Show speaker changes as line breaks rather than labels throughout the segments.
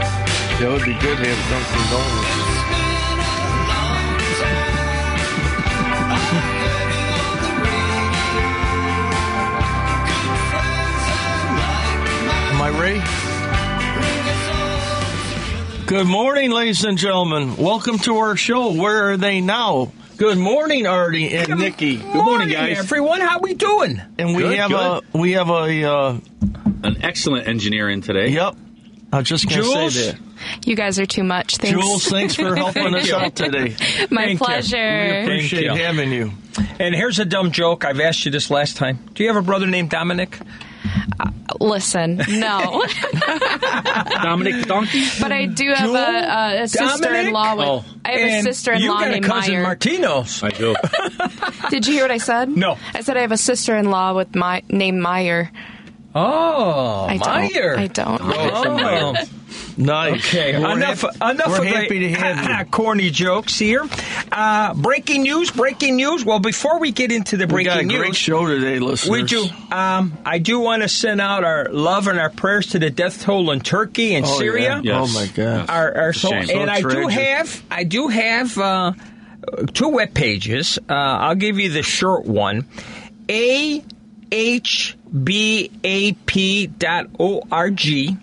That would be good to have Dunkin' Donuts.
Am I ready? Good morning, ladies and gentlemen. Welcome to our show. Where are they now? Good morning, Artie and Nikki.
Good morning, guys.
everyone. How we doing? And we
Good,
have
good.
a we have a uh,
An excellent engineer in today.
yep. I just can't
Jules?
say that.
You guys are too much. Thanks.
Jules, thanks for helping us out today.
My
Thank you.
pleasure.
We Thank
Appreciate
you.
having you.
And here's a dumb joke. I've asked you this last time. Do you have a brother named Dominic?
Listen, no,
Dominic Donkey.
but I do have
Jewel?
a, a, a sister-in-law. With,
Dominic?
I have a
And
sister-in-law
You got a
named
cousin
Meyer.
Martino's.
I do.
Did you hear what I said?
No.
I said I have a sister-in-law with my named Meyer.
Oh,
I
Meyer.
don't. I don't.
Oh.
Nice.
Okay,
We're
enough.
happy-
enough
We're
of
happy
the
to have you.
corny jokes here. Uh, breaking news! Breaking news! Well, before we get into the
We
breaking
got a
news,
great show today, listeners.
we do. Um, I do want to send out our love and our prayers to the death toll in Turkey and
Oh,
Syria.
yeah.
Yes.
Oh my God.
Yes.
Our, our
It's a
soul.
shame.
And
So
I do
tragic.
have. I do have uh, two web pages. Uh, I'll give you the short one. A H B A P dot O R G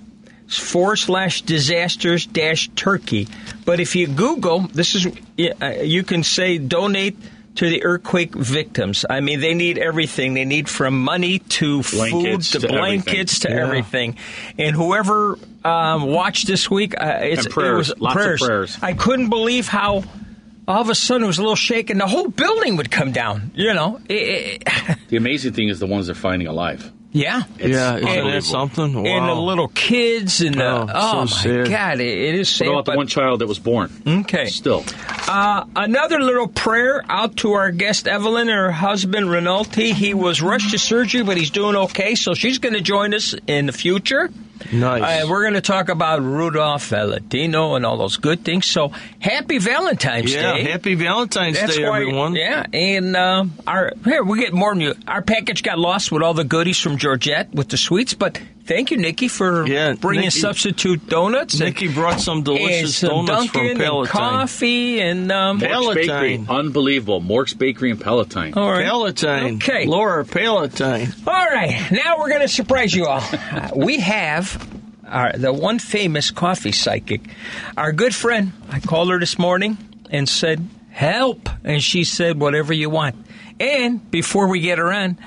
forward slash disasters dash Turkey. But if you Google, this is yeah, uh, you can say donate to the earthquake victims. I mean, they need everything. They need from money to
Blankets
food
to
to,
everything.
blankets to
Yeah.
everything. And whoever um, watched this week, uh, it's
And prayers.
it was
Lots of prayers.
I couldn't believe how. All of a sudden, it was a little shaking. The whole building would come down. You know, It- it-
The amazing thing is the ones they're finding alive.
yeah.
yeah, isn't
unbelievable.
that something? Wow.
and the little kids and the,
Oh,
oh, my
so sad.
god, it, it is sad.
What about the
but-
one child that was born?
Okay.
Still.
Uh, another little prayer out to our guest Evelyn and her husband Renalti. He was rushed to surgery, but he's doing okay, so she's going to join us in the future.
nice.
Uh, we're going to talk about Rudolph Valentino and all those good things. So happy Valentine's
yeah,
Day!
happy Valentine's
That's
Day,
why,
everyone.
Yeah, and uh, our here we get more new. Our package got lost with all the goodies from Georgette with the sweets, but thank you, Nikki, for
Yeah,
bringing
Nikki-
substitute donuts. and-
Nikki brought some
and
delicious
some
donuts
Dunkin'
from
and
Palatine.
coffee and um,
Mork's Bakery.
Palatine.
Unbelievable. Mork's Bakery and Palatine.
all right.
Palatine.
Okay.
Laura Palatine.
All right, now we're going to surprise you all. Uh, we have our, the one famous coffee psychic, our good friend. I called her this morning and said, "Help!" and she said, "Whatever you want." And before we get her on.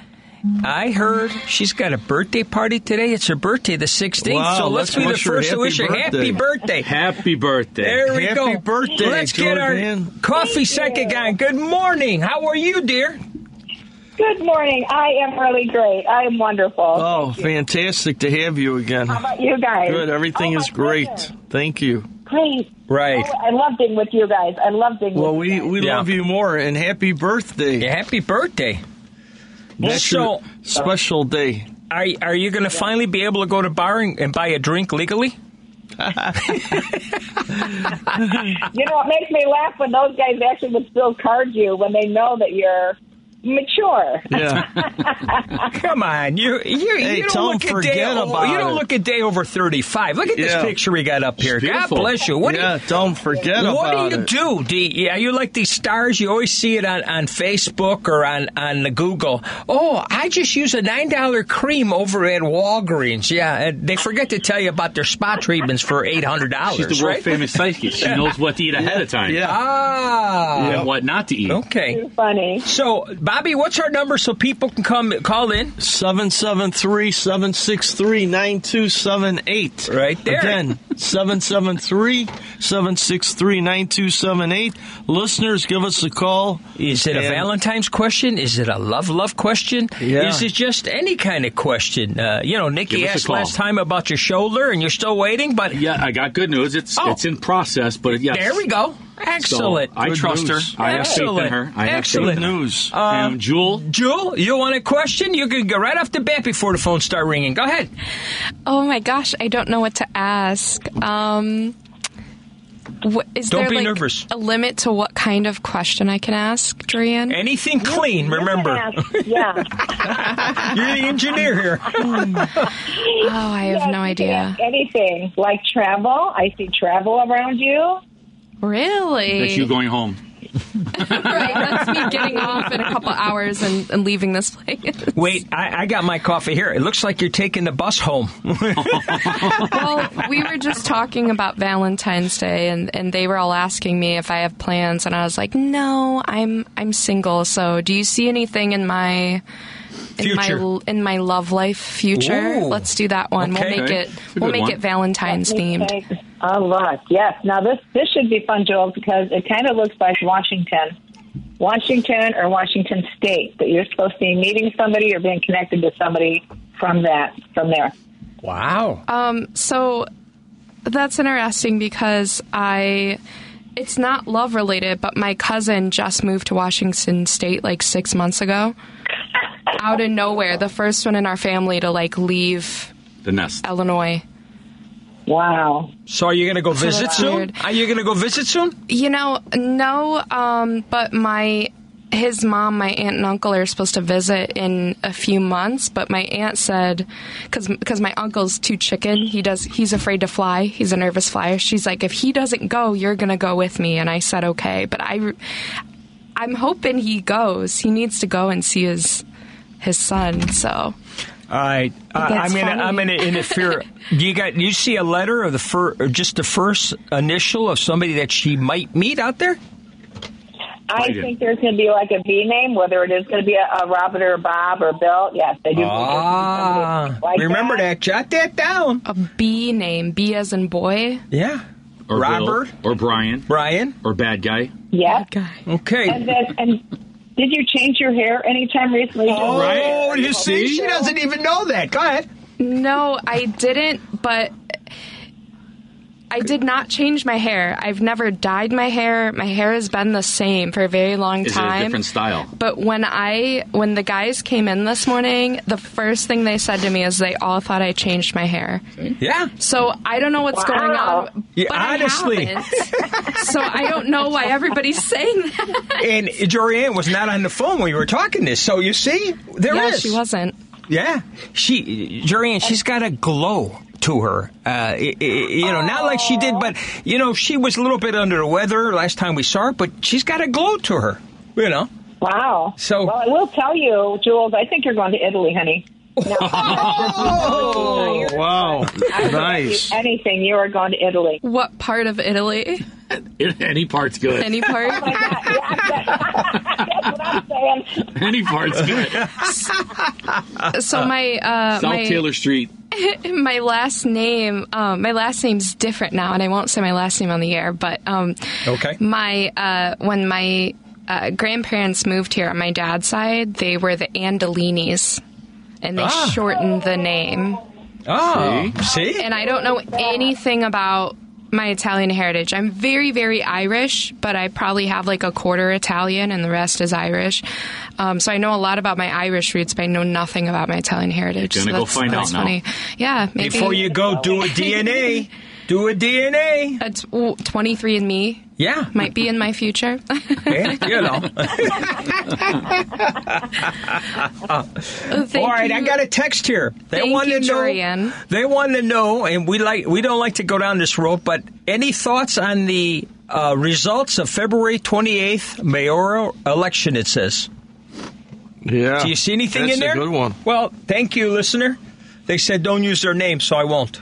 I heard she's got a birthday party today. It's her birthday, the 16th.
Wow,
so let's
let's
be the
wish her
first to
happy
wish her happy birthday.
Happy birthday.
There we
Happy
go.
birthday,
Let's get
Jordan.
our coffee psychic on. Good morning. How are you, dear?
Good morning. I am really great. I am wonderful.
Oh, fantastic to have you again.
How about you guys?
Good. Everything
Oh, my
is great.
goodness.
Thank you.
Great.
Right.
Oh, I love being with you guys. I love being
Well,
with
we,
you guys.
we
Yeah.
love you more and happy birthday.
Yeah, happy birthday.
That's
so,
your special day.
are, are you going to finally be able to go to bar and, and buy a drink legally?
You know, it makes me laugh when those guys actually would still card you when they know that you're mature.
Yeah.
Come on, you you,
Hey,
you don't
tell 'em
look a
forget
day o-
about
you don't
it.
look a day over thirty five. Look at this
Yeah.
picture we got up here. God
beautiful.
bless you. What
yeah.
do
Don't forget
you,
about
what do you
it.
do? Do you, are you like these stars? You always see it on, on Facebook or on on the Google. Oh, I just use a nine dollar cream over at Walgreens. Yeah, and they forget to tell you about their spot treatments for eight hundred
She's
dollars.
the world
right?
famous psychic. She knows what to eat ahead of time.
Yeah.
Ah,
And what not to eat.
okay.
Too funny.
So, Bobby, what's our number so people can come Um, call in?
773 763 9278.
Right there.
Again, 773 763 9278. Listeners, give us a call.
Is it a
And-
Valentine's question? Is it a love love question?
Yeah.
Is it just any kind of question? Uh, you know, Nikki
Give us a
asked
call.
last time about your shoulder, and you're still waiting. But
Yeah, I got good news. It's
Oh.
it's in process, but yes.
there we go.
So,
Excellent.
I
Good
trust
news.
her. I have faith in
Excellent.
her. I have faith
Excellent. Uh,
in her.
News.
And Jewel,
Jewel, you want a question? You can go right off the bat before the phones start ringing. Go ahead.
Oh my gosh, I don't know what to ask. Um, Wh- Is
Don't
there
be
like
nervous.
a limit to what kind of question I can ask, Drian?
Anything clean, remember.
Yeah.
You're the engineer here.
oh, I have no
You can
idea.
ask Anything like travel. I see travel around you.
Really?
That's you going home.
right, that's me getting off in a couple hours and, and leaving this place.
Wait, I, I got my coffee here. It looks like you're taking the bus home.
well, we were just talking about Valentine's Day, and, and they were all asking me if I have plans, and I was like, no, I'm I'm single. So, do you see anything in my in
Future.
my in my love life future?
Ooh.
Let's do that one.
Okay.
We'll make it
It's a
we'll
good
make
one.
it Valentine's themed.
Okay. All right. Yes. Now this this should be fun, Joel, because it kind of looks like Washington, Washington or Washington State that you're supposed to be meeting somebody or being connected to somebody from that from there.
Wow.
Um, So that's interesting because I it's not love related, but my cousin just moved to Washington state like 6 months ago. Out of nowhere, the first one in our family to like leave
The nest.
Illinois.
Wow.
so are you going to go visit
that's
soon?
weird.
Are you going to go visit soon?
You know, no um but my his mom, my aunt and uncle are supposed to visit in a few months, but my aunt said cuz cuz my uncle's too chicken, he does he's afraid to fly. He's a nervous flyer. She's like if he doesn't go, you're going to go with me and I said okay, but I I'm hoping he goes. He needs to go and see his his son, so
All right. Uh, I'm
That's
going to
funny.
I'm going to interfere. do you got you see a letter of the fir- or just the first initial of somebody that she might meet out there?
I
Right.
think there's going to be like a B name, whether it is going to be a, a Robert or a Bob or Bill. Yes, they do.
Ah.
Like
uh,
remember that. Jot that down.
a B name, B as in boy.
Yeah.
Or
Robert,
Bill, or Brian.
Brian.
Or bad guy.
Yes.
Okay.
And then, and did you change your hair anytime recently? Joel?
Oh, you see, she doesn't even know that. Go ahead.
No, I didn't, but I did not change my hair. I've never dyed my hair. My hair has been the same for a very long
Is it a
time.
different style?
but when I when the guys came in this morning, the first thing they said to me is they all thought I changed my hair.
Yeah.
So I don't know what's
Wow.
going on.
Yeah,
but I
honestly.
haven't. so I don't know why everybody's saying that.
And Jorianne was not on the phone when we were talking this, so you see, there is.
yeah, she wasn't.
Yeah, she Jorianne, she's got a glow to her. Uh, i- i- you know, not like she did, but you know, she was a little bit under the weather last time we saw her, but she's got a glow to her. You know.
Wow.
So-
well, I will tell you, Jules. I think you're going to Italy, honey. No.
Oh, wow.
I will
Nice.
tell you Anything. You are going to Italy.
What part of Italy?
Any part's good.
Any part?
Yeah, yeah, that- that's what I'm saying.
Any part's good.
so my uh,
South
my
Taylor Street.
my last name um, my last name's different now and i won't say my last name on the air but um,
Okay.
my uh, when my uh, grandparents moved here on my dad's side they were the andelinis and they
Ah.
shortened the name Ah,
Oh, see?
and i don't know anything about my italian heritage i'm very very irish but i probably have like a quarter italian and the rest is irish um, so i know a lot about my irish roots but i know nothing about my italian heritage
You're gonna
so
go
that's,
find out
that's
now.
funny yeah maybe
Before you go, do a DNA. Do a DNA.
a t- ooh, 23andMe
Yeah.
might be in my future.
Eh, you know. All right, I got a text here. They
Oh, Thank
want
you,
to know.
Jorian.
They want to know, and we like we don't like to go down this road, but any thoughts on the uh, results of February twenty eighth mayoral election? It says.
Yeah.
Do you see anything
That's
in there?
A good one.
Well, thank you, listener. They said don't use their name, so I won't.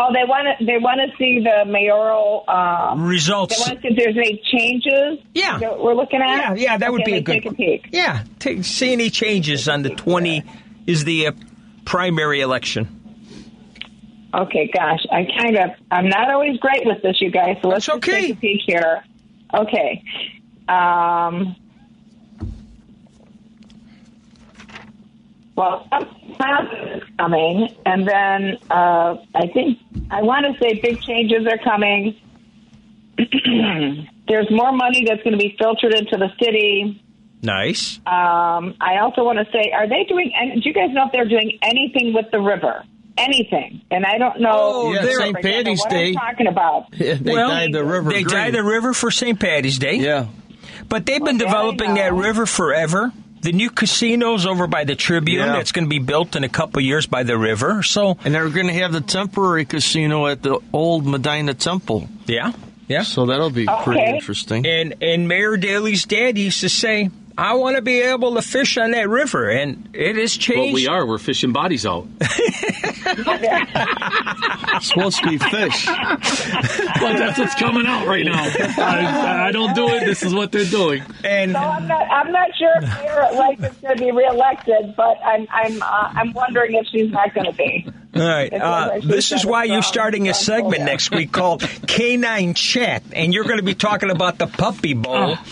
Oh, they want to. They want to see the mayoral. Um, they
Results.
want to see if there's any changes.
Yeah.
That we're looking
Yeah,
at.
yeah, that would
Okay,
be a
let's
good.
Take a peek.
Yeah, take, see any changes on the twenty is the uh, primary election.
Okay, gosh, I kind of. I'm not always great with this, you guys. So let's
That's
just
okay.
take a peek here. Okay. Um. Well, some is coming, and then uh, I think I want to say big changes are coming. There's more money that's going to be filtered into the city.
Nice.
Um, I also want to say, are they doing? And do you guys know if they're doing anything with the river? anything. And I don't know.
Oh, yeah,
for
St.
example,
Patty's
what
Day.
I'm talking about.
Yeah, they
Well,
dyed the river.
They
green.
dye the river for St. Patty's Day.
Yeah.
But they've been
Well, yeah,
developing
I
that
know.
river forever. The new casino's over by the Tribune
Yeah.
that's going to be built in a couple years by the river. So,
And they're going to have the temporary casino at the old Medina Temple.
yeah. Yeah.
So that'll be pretty
Okay.
interesting.
And and Mayor Daley's dad used to say, "I want to be able to fish on that river," and it has changed.
Well, we are. We're fishing bodies out.
It's supposed to be fish.
Well, that's what's coming out right now. I, I don't do it. This is what they're doing.
And
So I'm not. I'm not sure if Mayor Elect is going to be reelected, but I'm. I'm. Uh, I'm wondering if she's not going to be.
all right,
It sounds
uh,
like
this
she's
is
got
why
a
you're
strong-
starting a
strong pull,
segment
yeah.
next week called Canine Chat, and you're going to be talking about the puppy bowl
Oh,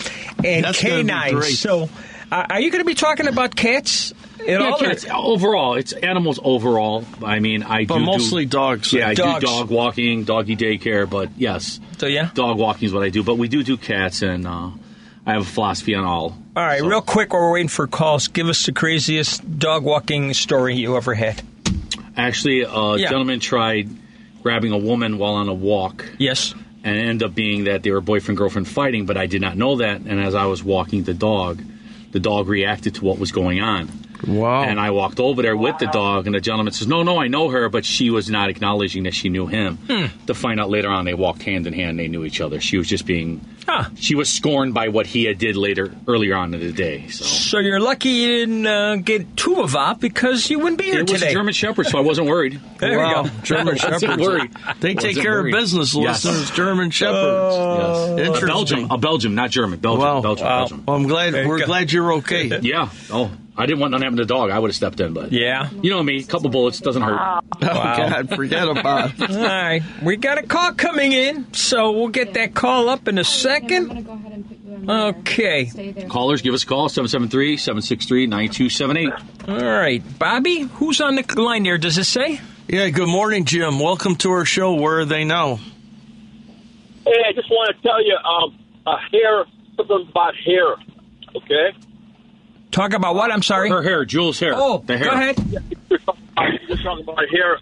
and
That's gonna be great.
canines. So, uh, are you going to be talking about cats at
Yeah,
all? or-
cats. Overall, it's animals overall. I mean, I
But
do
mostly
do,
dogs.
Yeah, I
Dogs.
do dog walking, doggy daycare, but yes,
So, yeah.
dog walking is what I do. But we do do cats, and uh, I have a philosophy on all.
All right, real quick while we're waiting for calls, give us the craziest dog walking story you ever had.
Actually, a
Yeah.
gentleman tried grabbing a woman while on a walk,
Yes.
and it ended up being that they were boyfriend girlfriend fighting. But I did not know that, and as I was walking the dog, the dog reacted to what was going on.
Wow.
And I walked over there with the dog, and the gentleman says, No, no, I know her, but she was not acknowledging that she knew him. To find out later on, they walked hand in hand, they knew each other. She was just being,
Huh.
she was scorned by what he had did later, earlier on in the day. So
So you're lucky you didn't uh, get two of that because you wouldn't be here
it was
today.
a German Shepherd, so I wasn't worried.
There
wow.
we go.
German
Wasn't
Shepherds.
worried.
They take
Wasn't
care
worried.
of business,
Yes.
listeners. German Shepherds.
Yes.
Interesting.
A Belgium, a Belgium, not German. Belgium,
Wow.
Belgium,
Wow.
Belgium.
Well, I'm glad.
There you
We're
go.
glad you're okay.
Yeah. Oh, I didn't want none happen to the dog. I would have stepped in, but
Yeah.
you know me, a couple bullets doesn't hurt.
Oh, God, forget about it.
All right. We got a call coming in, so we'll get that call up in a second. Okay.
Callers, give us a call 773-763-9278.
All right. Bobby, who's on the line there? Does it say?
Yeah, good morning, Jim. Welcome to our show. Where are they now?
Hey, I just want to tell you um, a hair, something about hair. Okay?
Talk about what? I'm sorry.
Her hair, Jules' hair.
Oh,
the hair.
go ahead.
We're talking about hair.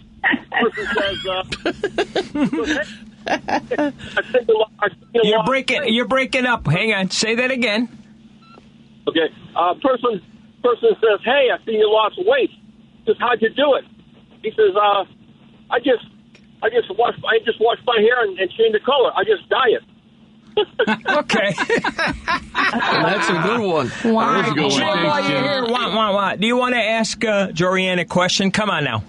Person says, uh, I think a lot, I think a
You're
lot-
breaking. You're breaking up. Hang on. Say that again.
Okay. Uh, person person says, "Hey, I see you lost weight. Says, how'd you do it?" He says, uh, "I just, I just washed, I just washed my hair and, and changed the color. I just dye it."
Okay.
That's a good one.
Wow.
Good
Jim,
one.
while you're here, wah, wah, wah. Do you want to ask uh, Jorianne a question? Come on now.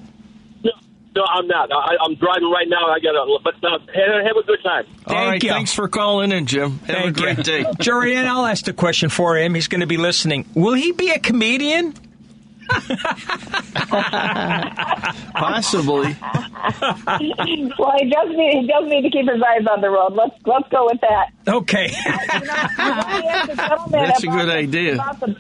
No, no, I'm not. I, I'm driving right now. I gotta, but uh, have, have a good time.
All right,
Thank you.
thanks for calling in, Jim. Have
Thank
a great
you.
day.
Jorianne, I'll ask the question for him. He's going to be listening. Will he be a comedian?
Possibly.
Well, he does need. He does need to keep his eyes on the road. Let's let's go with that.
Okay.
I wanna ask the gentleman
That's a
about
good
the-
idea.
about the-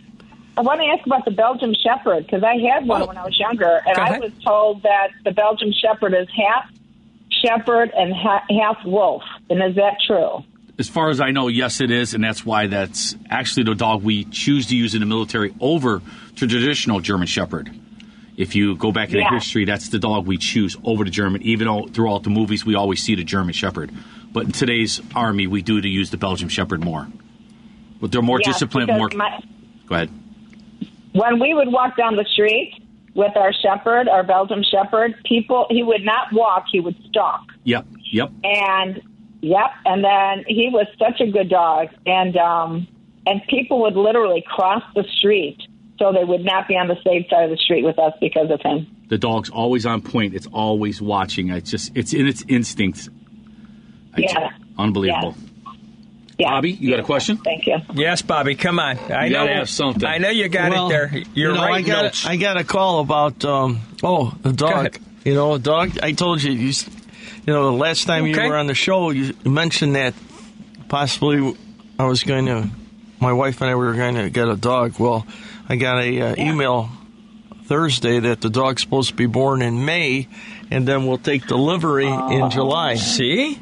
I want to ask about the Belgian Shepherd because I had one
Oh.
when I was younger, and
Go
I
ahead.
was told that the Belgian Shepherd is half shepherd and ha- half wolf. And is that true?
As far as I know, yes, it is, and that's why that's actually the dog we choose to use in the military over the traditional German Shepherd. If you go back in
Yeah.
history, that's the dog we choose over the German, even though throughout the movies we always see the German Shepherd. But in today's army, we do to use the Belgian Shepherd more. But they're more
Yes,
disciplined,
because
more.
my-
go ahead.
when we would walk down the street with our shepherd, our Belgian shepherd, people he would not walk, he would stalk.
Yep, yep.
And yep, and then he was such a good dog and um and people would literally cross the street so they would not be on the safe side of the street with us because of him.
The dog's always on point. It's always watching. It's just, it's in its instincts. It's
Yeah.
Unbelievable.
Yeah.
Bobby, you got a question?
Thank you.
yes, Bobby, come on. I
You
know,
gotta have something.
I know you got
Well,
it there. You're
you know,
right.
I got
notes.
A, I got a call about um, oh the dog.
ahead.
You know, a dog. I told you you, s- you know the last time
Okay.
you were on the show you mentioned that possibly I was going to my wife and I were going to get a dog. Well, I got a uh, email Thursday that the dog's supposed to be born in May, and then we'll take delivery in July.
See?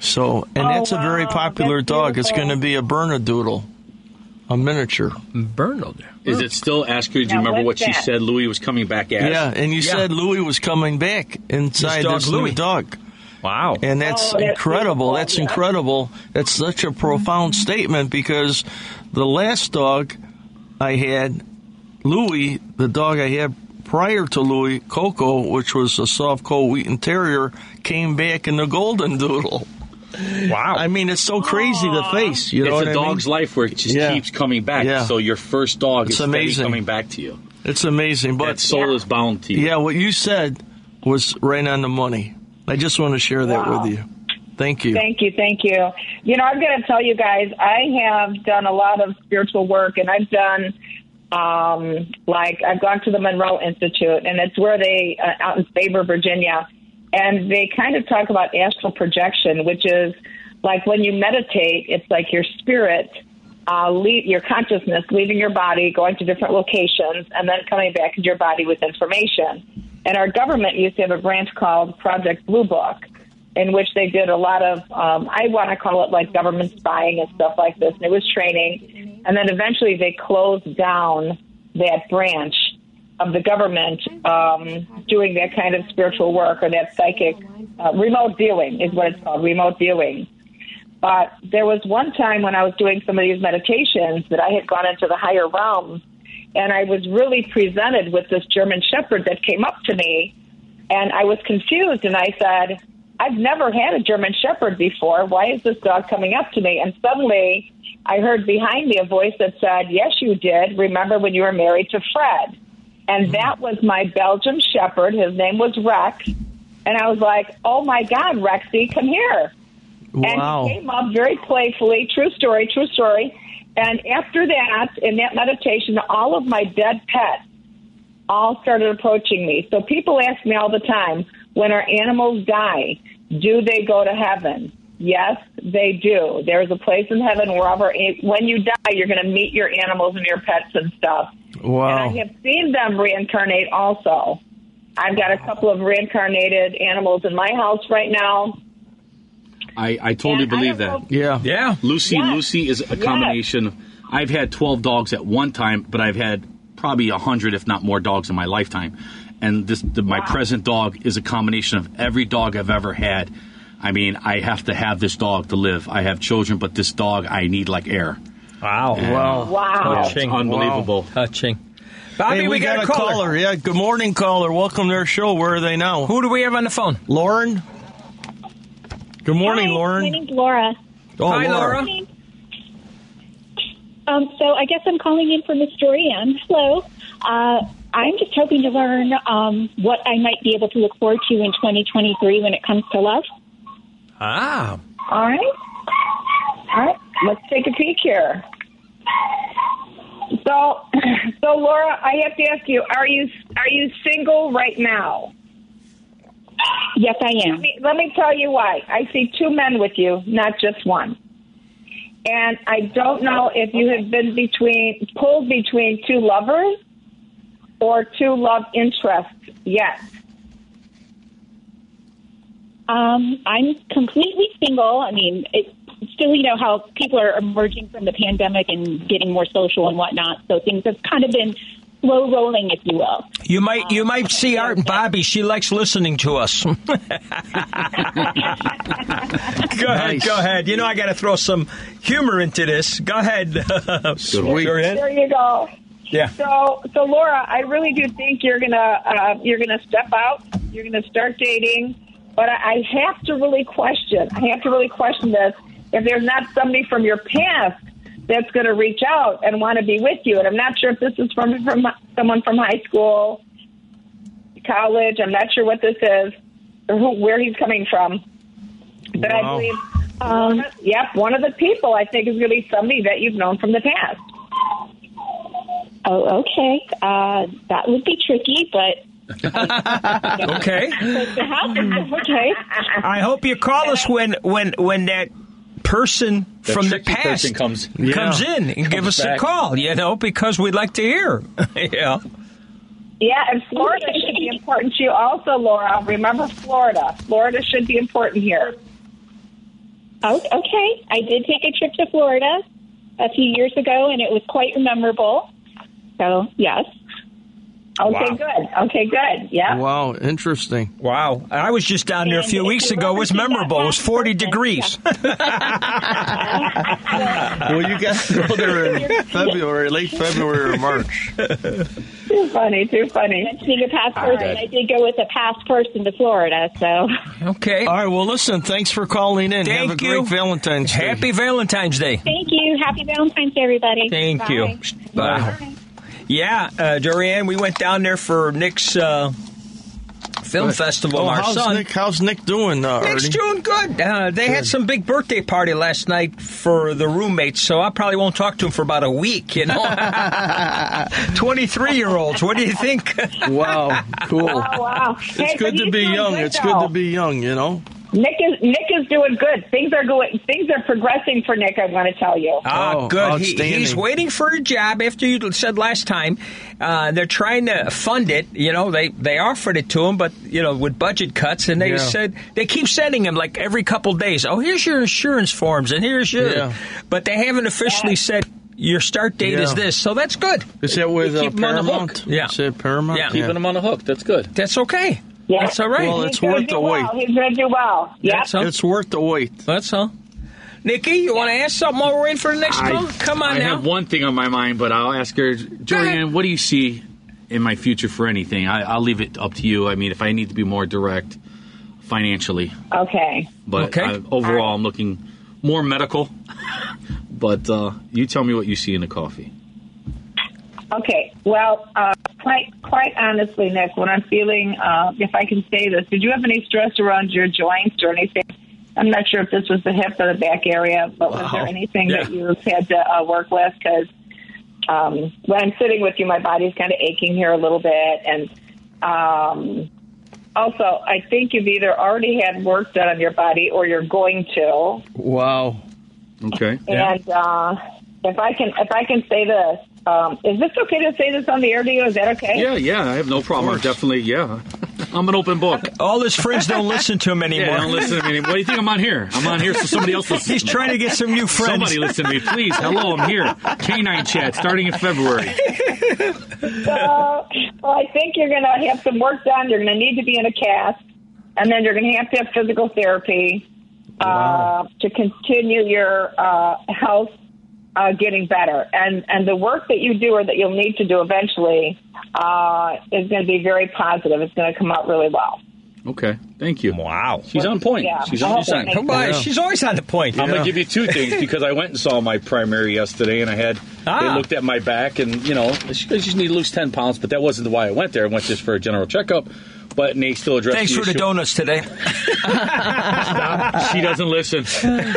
So, and
Oh,
that's a very
wow,
popular
that's
dog. It's
beautiful.
going to be a Bernedoodle. a miniature.
Bernal there.
Is it still asking you? Do you
Now,
remember what
what's
she
that?
said? Louis was coming back at.
Yeah, and you
Yeah.
said Louis was coming back inside
dog
this
Louis.
new dog.
Wow.
And that's,
Oh, that's
incredible.
beautiful.
That's
Yeah.
incredible. That's such a profound statement because the last dog I had, Louis, the dog I had prior to Louis, Coco, which was a soft coat wheaten terrier, came back in the golden doodle.
wow.
I mean, it's so crazy the face. You know
it's
what
a
I
dog's
mean?
life where it just
Yeah.
keeps coming back.
Yeah.
So your first dog
It's
is steady
amazing.
coming back to you.
It's amazing. But
That soul is bound to you.
yeah, what you said was right on the money. I just want to share that
Wow.
with you. Thank you.
Thank you, thank you. You know, I'm going to tell you guys, I have done a lot of spiritual work, and I've done um, like I've gone to the Monroe Institute, and it's where they uh, out in Faber, Virginia, and they kind of talk about astral projection, which is like when you meditate, it's like your spirit. Uh, leave your consciousness leaving your body, going to different locations, and then coming back into your body with information. And our government used to have a branch called Project Blue Book, in which they did a lot of, um, I want to call it like government spying and stuff like this. And it was training. And then eventually they closed down that branch of the government um, doing that kind of spiritual work or that psychic uh, remote viewing is what it's called remote viewing. But there was one time when I was doing some of these meditations that I had gone into the higher realms and I was really presented with this German Shepherd that came up to me and I was confused and I said, I've never had a German Shepherd before. Why is this dog coming up to me? And suddenly I heard behind me a voice that said, Yes, you did. Remember when you were married to Fred. And that was my Belgian Shepherd. His name was Rex. And I was like, Oh my God, Rexy, come here.
Wow.
And he came up very playfully. True story, true story. And after that, in that meditation, all of my dead pets all started approaching me. So people ask me all the time when our animals die, do they go to heaven? Yes, they do. There is a place in heaven where all of our, when you die, you're going to meet your animals and your pets and stuff.
Wow.
And I have seen them reincarnate also. I've got a couple of reincarnated animals in my house right now.
I, I totally
And I
believe
don't
that.
know if
yeah.
yeah.
Lucy,
Yes.
Lucy is a
Yes.
combination. I've had 12 dogs at one time, but I've had probably 100, if not more, dogs in my lifetime. And this, the, my present dog is a combination of every dog I've ever had. I mean, I have to have this dog to live. I have children, but this dog I need like air.
Wow.
Wow.
Wow.
It's
Touching.
unbelievable.
Touching. Bobby,
Hey,
we, got, a caller.
Yeah, good morning, caller. Welcome to our show. Where are they now?
Who do we have on the phone?
Lauren. Good morning,
Hi, My
Lauren.
name's Laura.
Oh,
Hi, Laura.
Um, so I guess I'm calling in for Miss Dorian. Hello. Uh, I'm just hoping to learn um, what I might be able to look forward to in 2023 when it comes to love.
Ah.
All right. All right. Let's take a peek here. So, so Laura, I have to ask you: Are you are you single right now?
Yes, I am.
Let me, let me tell you why. I see two men with you, not just one. And I don't know if you have been between pulled between two lovers or two love interests yet.
Um, I'm completely single. I mean, it's still, you know, how people are emerging from the pandemic and getting more social and whatnot. So things have kind of been slow rolling, if you will.
You might you might see Art and Bobby. She likes listening to us. go ahead,
Nice.
go ahead. You know I got to throw some humor into this. Go ahead.
Sweet.
Dorian?
There you go.
Yeah.
So, so Laura, I really do think you're gonna uh, you're gonna step out. You're gonna start dating, but I, I have to really question. I have to really question this. If there's not somebody from your past that's gonna reach out and want to be with you, and I'm not sure if this is from from someone from high school, college. I'm not sure what this is or who, where he's coming from, but I
Wow.
believe. Um, yep, one of the people I think is going to be somebody that you've known from the past.
Oh, okay. Uh, that would be tricky, but
Okay.
perhaps okay.
I hope you call us when when when that person from the
tricky
past
person comes-
comes in and give us a
back.
call. You know because we'd like to hear. yeah.
Yeah, and Florida should be important to you also, Laura. Remember Florida. Florida should be important here.
Oh, okay. I did take a trip to Florida. a few years ago, and it was quite memorable. So yes.
Okay,
Wow.
good. Okay, good. Yeah.
Wow, interesting.
Wow. I was just down there a few
And if
weeks
you
ago. It
ever
was
see that
memorable. It was
last
40
person,
degrees.
Well, you guys go there in February, late February or March.
Too funny. Too funny.
Mentioning a past person, I did go with a past person to Florida. So
okay.
All right. Well, listen. Thanks for calling in.
Thank
Have a
you.
great Valentine's Day.
Happy Valentine's Day.
thank you. Happy Valentine's Day, everybody.
Thank
Bye.
you. Wow. Yeah, uh, Dorianne, we went down there for Nick's uh, film festival.
Oh,
Our
how's
son.
Nick? How's Nick doing? Uh,
Nick's
Artie?
doing good. Uh, they had some big birthday party last night for the roommates, so I probably won't talk to him for about a week. You know, twenty-three year olds. What do you think?
Wow, cool.
Oh wow.
It's good to be young. It's good
Oh.
to be young. You know.
Nick is Nick is doing good. Things are going. Things are progressing for Nick. I want to tell you.
Ah,
Oh,
good. He,
outstanding.
he's waiting for a job after you said last time. Uh, they're trying to fund it. You know, they, they offered it to him, but, you know, with budget cuts. And they
Yeah.
said, they keep sending him like every couple days, oh, here's your insurance forms and here's your.
Yeah.
But they haven't officially said your start date is
Yeah.
this. So that's good.
Is that with uh,
keep 'em on the hook.
Paramount?
Yeah.
Is that Paramount?
Yeah.
Keeping them on the hook. That's good.
That's okay.
Yeah.
That's all right.
Well,
He's
it's
gonna
worth
do
the
well.
wait.
He's going to do well. Yep.
That's all.
It's worth the wait.
That's all. Nikki, you want to ask something while we're waiting for the next call? Come on
I
now.
have one thing on my mind, but I'll ask her, Joanne, what do you see in my future for anything? I, I'll leave it up to you. I mean, if I need to be more direct financially,
Okay.
but
Okay.
I, overall, I'm looking more medical. but uh, you tell me what you see in the coffee.
Okay. Well, uh, quite quite honestly, Nick, when I'm feeling, uh, if I can say this, did you have any stress around your joints or anything? I'm not sure if this was the hip or the back area, but was there anything that
Yeah.
you've had to uh, work with? Because um, when I'm sitting with you, my body's kind of aching here a little bit, and um, also I think you've either already had work done on your body or you're going to.
Wow.
Okay.
And uh, if I can, if I can say this, um, is this okay to say this on the air to you? Is that okay?
Yeah, yeah, I have no problem. Definitely, yeah. I'm an open book.
all his friends don't listen to him anymore.
Yeah, don't listen to me. What do you think I'm on here? I'm on here so somebody else listens.
He's
to me.
trying to get some new friends.
Somebody listen to me, please. Hello, I'm here. Canine chat starting in February.
So, well, I think you're going to have some work done. You're going to need to be in a cast, and then you're going to have to have physical therapy uh, to continue your uh, health uh, getting better. And and the work that you do or that you'll need to do eventually uh, is going to be very positive. It's going to come out really well.
Okay, thank you.
Wow.
She's on point.
Yeah.
She's on
Oh,
point.
thank
Come on,
Yeah.
she's always on the point.
I'm gonna give you two things because I went and saw my primary yesterday, and I had
Ah.
they looked at my back, and you know, she, she just need to lose ten pounds, but that wasn't why I went there. I went just for a general checkup. But Nate still addressed
Thanks
the
for the
issue.
donuts today.
She doesn't listen. and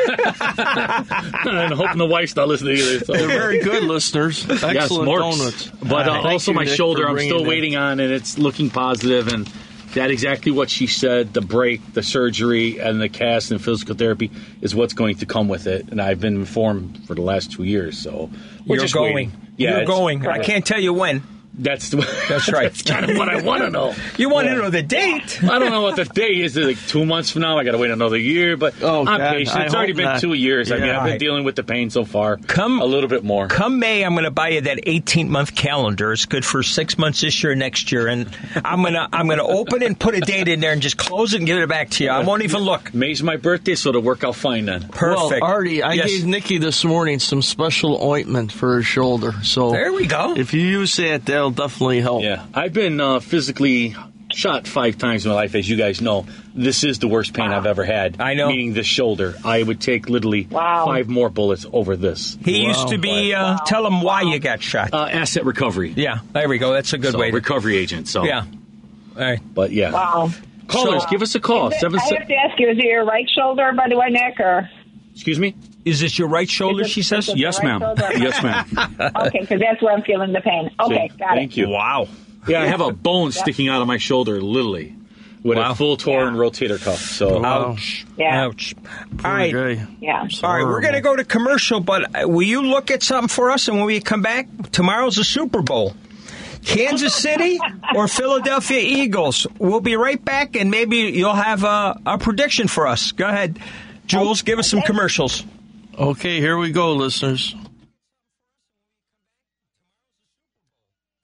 hoping the wife's not listening either. So.
They're very good listeners.
Yes,
Excellent
Morks.
donuts.
But uh,
Thank
also
you,
my
Nick,
shoulder,
for
I'm
bringing
still
that.
waiting on, and it's looking positive, and that exactly what she said. The break, the surgery, and the cast and physical therapy is what's going to come with it, and I've been informed for the last two years. So we're
You're
just
going.
waiting. Yeah,
You're
it's-
going. I can't tell you when.
That's
That's right.
that's kind of what I want to know.
You want to know the date?
I don't know what the day is. Is it Like two months from now, I got to wait another year. But
Oh,
I'm
God,
patient.
I
It's already
hope
been
not.
two years. I mean,
Yeah.
I've been
Right.
dealing with the pain so far.
Come-
a little bit more.
Come May, I'm going to buy you that 18 month calendar. It's good for six months this year, and next year, and I'm gonna I'm gonna open it and put a date in there and just close it and give it back to you. I won't even look.
May's my birthday, so it'll work out fine then.
Perfect.
Well, Artie, I
Yes.
gave Nikki this morning some special ointment for her shoulder. So
There we go.
If you use that, that'll definitely help.
Yeah, I've been uh, physically shot five times in my life, as you guys know. This is the worst pain I've ever had.
I know.
Meaning the shoulder. I would take literally
Wow.
five more bullets over this.
He used to be uh, tell him why you got shot.
Uh, asset recovery.
yeah, there we go. That's a good
So,
way. To,
recovery agent. So
yeah. All right.
but yeah.
Wow.
Callers, give us a call.
Is it-
Seven.
I
se-
have to ask you, is it your right shoulder, by the way, Nick, or
excuse me.
Is this your right shoulder?
Is it-
she says.
is it-
Yes, ma'am. yes, ma'am.
okay? Because that's where I'm feeling the pain. Okay, got
Thank
it.
you.
Wow.
Yeah, I have a bone sticking out of my shoulder, literally, with
Wow.
a full torn rotator cuff. So
Wow.
Ouch.
Yeah.
Ouch. All right.
Okay.
Yeah.
It's
All right, we're
horrible.
going to go to commercial, but uh, will you look at something for us? And when we come back, tomorrow's the Super Bowl. Kansas City or Philadelphia Eagles? We'll be right back, and maybe you'll have a, a prediction for us. Go ahead, Jules, give us some commercials.
Okay, here we go, listeners.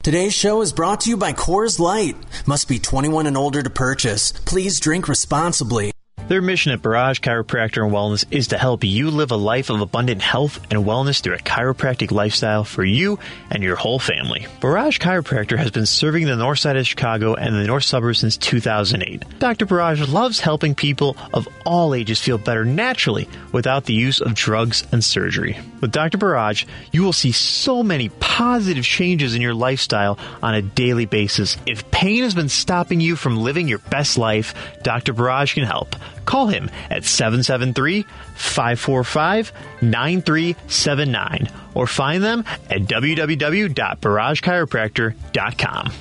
Today's show is brought to you by Coors Light. Must be 21 and older to purchase. Please drink responsibly.
Their mission at Barrage Chiropractor and Wellness is to help you live a life of abundant health and wellness through a chiropractic lifestyle for you and your whole family. Barrage Chiropractor has been serving the north side of Chicago and the north suburbs since 2008. Dr. Barrage loves helping people of all ages feel better naturally without the use of drugs and surgery. With Dr. Barrage, you will see so many positive changes in your lifestyle on a daily basis. If pain has been stopping you from living your best life, Dr. Barrage can help. Call him at 773 545 9379 or find them at www.barragechiropractor.com.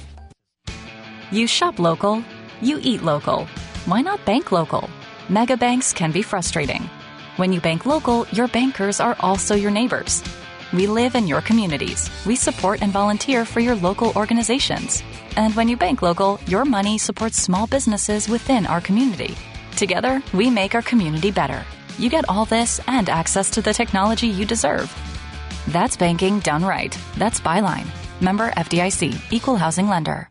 You shop local, you eat local. Why not bank local? Mega banks can be frustrating. When you bank local, your bankers are also your neighbors. We live in your communities. We support and volunteer for your local organizations. And when you bank local, your money supports small businesses within our community. Together, we make our community better. You get all this and access to the technology you deserve. That's banking done right. That's Byline. Member FDIC, Equal Housing Lender.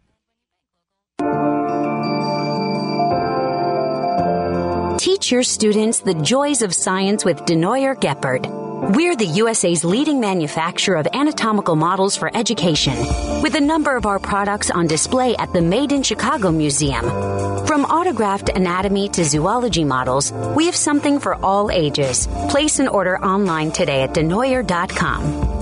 Teach your students the joys of science with Denoyer Geppert. We're the USA's leading manufacturer of anatomical models for education, with a number of our products on display at the Made in Chicago Museum. From autographed anatomy to zoology models, we have something for all ages. Place an order online today at denoyer.com.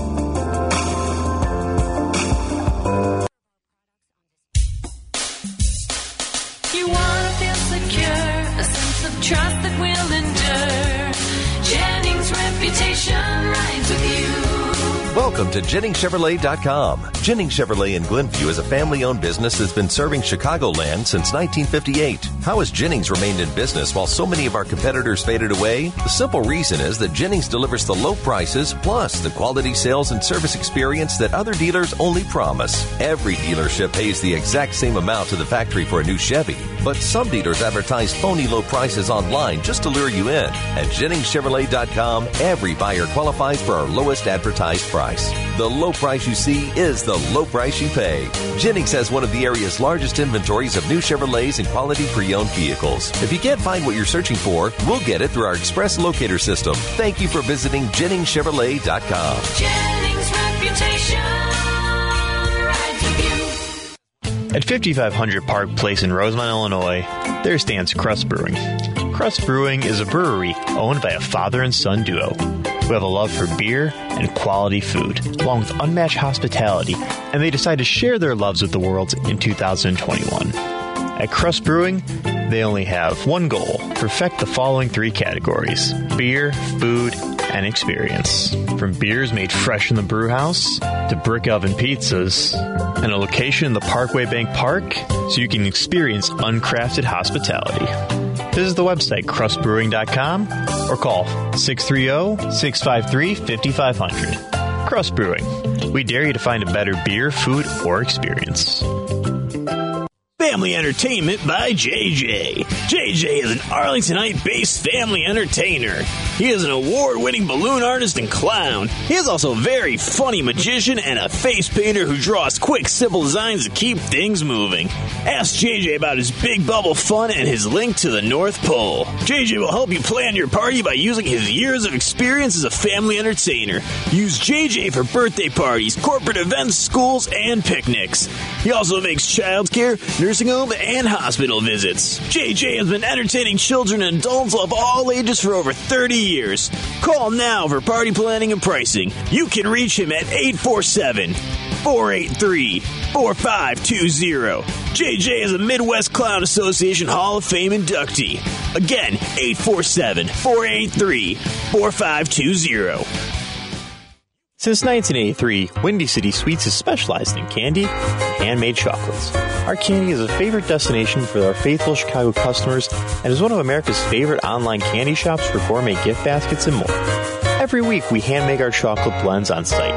You wanna feel secure, a sense of trust that will endure. Jennings' reputation rides with you.
Welcome to JenningsChevrolet.com. Jennings Chevrolet in Glenview is a family owned business that's been serving Chicagoland since 1958. How has Jennings remained in business while so many of our competitors faded away? The simple reason is that Jennings delivers the low prices plus the quality sales and service experience that other dealers only promise. Every dealership pays the exact same amount to the factory for a new Chevy, but some dealers advertise phony low prices online just to lure you in. At JenningsChevrolet.com, every buyer qualifies for our lowest advertised price. The low price you see is the low price you pay. Jennings has one of the area's largest inventories of new Chevrolets and quality pre owned vehicles. If you can't find what you're searching for, we'll get it through our express locator system. Thank you for visiting JenningsChevrolet.com.
Jennings' reputation rides with you.
At 5500 Park Place in Rosemont, Illinois, there stands Crust Brewing. Crust Brewing is a brewery owned by a father and son duo who have a love for beer and quality food, along with unmatched hospitality, and they decide to share their loves with the world in 2021. At Crust Brewing, they only have one goal perfect the following three categories beer, food, and experience. From beers made fresh in the brew house to brick oven pizzas and a location in the Parkway Bank Park so you can experience uncrafted hospitality. Visit the website crustbrewing.com or call oh, 630 653 5500. Crust Brewing. We dare you to find a better beer, food, or experience.
Family Entertainment by JJ. JJ is an Arlingtonite based family entertainer. He is an award winning balloon artist and clown. He is also a very funny magician and a face painter who draws quick, simple designs to keep things moving. Ask JJ about his big bubble fun and his link to the North Pole. JJ will help you plan your party by using his years of experience as a family entertainer. Use JJ for birthday parties, corporate events, schools, and picnics. He also makes childcare, nursing home, and hospital visits. JJ has been entertaining children and adults of all ages for over 30 years. Call now for party planning and pricing. You can reach him at 847 483 4520. JJ is a Midwest Clown Association Hall of Fame inductee. Again, 847 483 4520.
Since 1983, Windy City Sweets has specialized in candy and handmade chocolates. Our candy is a favorite destination for our faithful Chicago customers and is one of America's favorite online candy shops for gourmet gift baskets and more. Every week, we hand make our chocolate blends on site.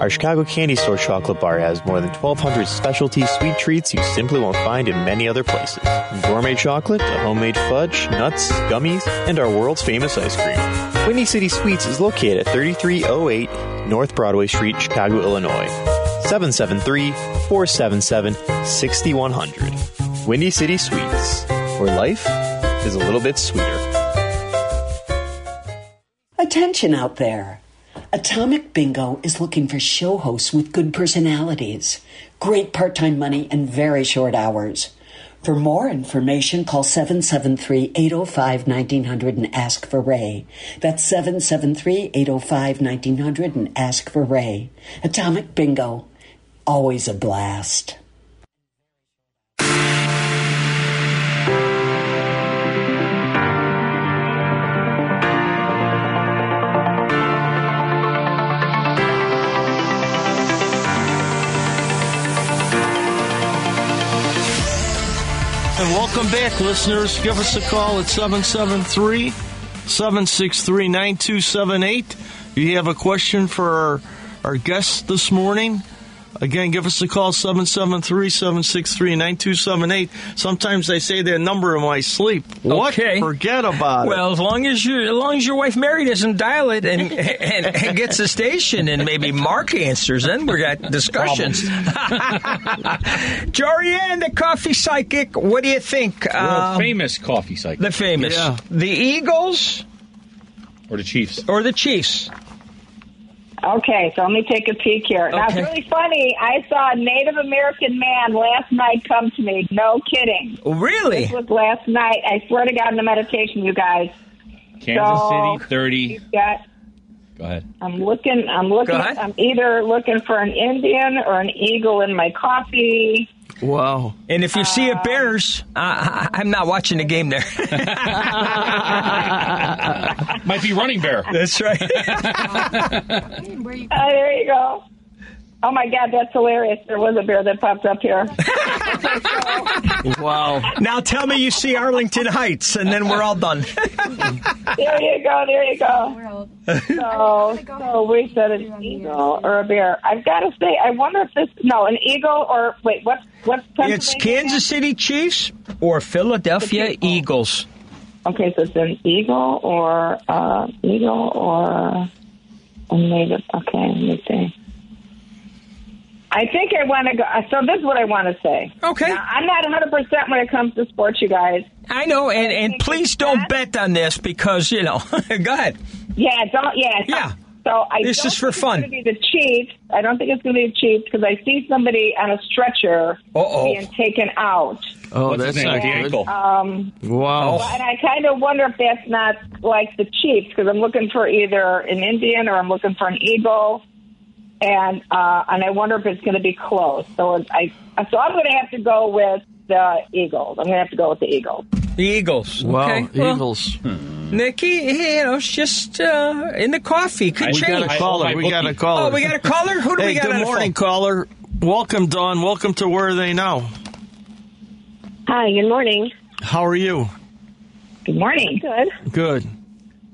Our Chicago Candy Store chocolate bar has more than 1,200 specialty sweet treats you simply won't find in many other places. From gourmet chocolate to homemade fudge, nuts, gummies, and our world's famous ice cream. oh Windy City Sweets is located at 3308 North Broadway Street, Chicago, Illinois. 773 477 6100. Windy City Suites, where life is a little bit sweeter.
Attention out there. Atomic Bingo is looking for show hosts with good personalities, great part time money, and very short hours. For more information, call 773 805 1900 and ask for Ray. That's 773 805 1900 and ask for Ray. Atomic Bingo, always a blast.
And welcome back, listeners. Give us a call at 773 763 9278. You have a question for our, our guest this morning? Again, give us a call 773 763 9278. Sometimes I say that number in my sleep. What?
Okay.
Forget about it.
Well, as long as you, as long as your wife Mary doesn't dial it and and, and gets the station, and maybe Mark answers, then we got discussions. Jorianne, the coffee psychic. What do you think?
World
Um,
famous coffee cycle.
The famous, the Eagles,
or the Chiefs,
or the Chiefs.
Okay, so let me take a peek here. Now, it's
Okay.
really funny. I saw a Native American man last night come to me. No kidding.
Oh, Really?
This was last night. I swear to God, in the meditation, you guys.
Kansas
So-
City, 30.
You've got.
Go ahead.
I'm looking. I'm looking.
Go ahead.
I'm either looking for an Indian or an eagle in my coffee.
Wow!
And if you see it, Bears. Uh, I- I'm not watching the game there.
Might be running bear.
That's right.
Oh, there you go. Oh my God, that's hilarious! There was a bear that popped up here.
Wow.
Now tell me you see Arlington Heights, and then we're all done.
there you go. There you go. So, so we said an eagle or a bear. I've got to say, I wonder if this no an eagle or wait what what's
It's Kansas City Chiefs or Philadelphia Eagles.
Okay, so it's an eagle or uh, eagle or a native. Okay, let me see. I think I want to go. So this is what I want to say.
Okay.
Now, I'm not 100 percent when it comes to sports, you guys.
I know, and, and please don't bet on this because you know. go ahead.
Yeah, don't. Yeah, yeah. So I
This
don't
is for
think
fun.
It's going to be the Chiefs. I don't think it's going to be the Chiefs because I see somebody on a stretcher
Uh-oh.
being taken out.
Oh,
What's his
that's
name?
not
The
good.
ankle.
Um,
Oh.
Wow.
Well, and I kind of wonder if that's not like the Chiefs because I'm looking for either an Indian or I'm looking for an Eagle, and uh, and I wonder if it's going to be close. So it's- I so I'm going to have to go with the Eagles. I'm going to have to go with the Eagles.
The Eagles.
Wow,
Okay, well, Hmm.
Eagles.
Nikki, you know, she's just uh, in the coffee. Could
we
change.
got a caller. We got a caller.
Oh, we got a caller. Who do
hey,
we got?
Good
on the
morning, caller. Welcome, Dawn. Welcome to Where Are They Now?
Hi, good morning.
How are you?
Good morning.
Good.
Good.
phone?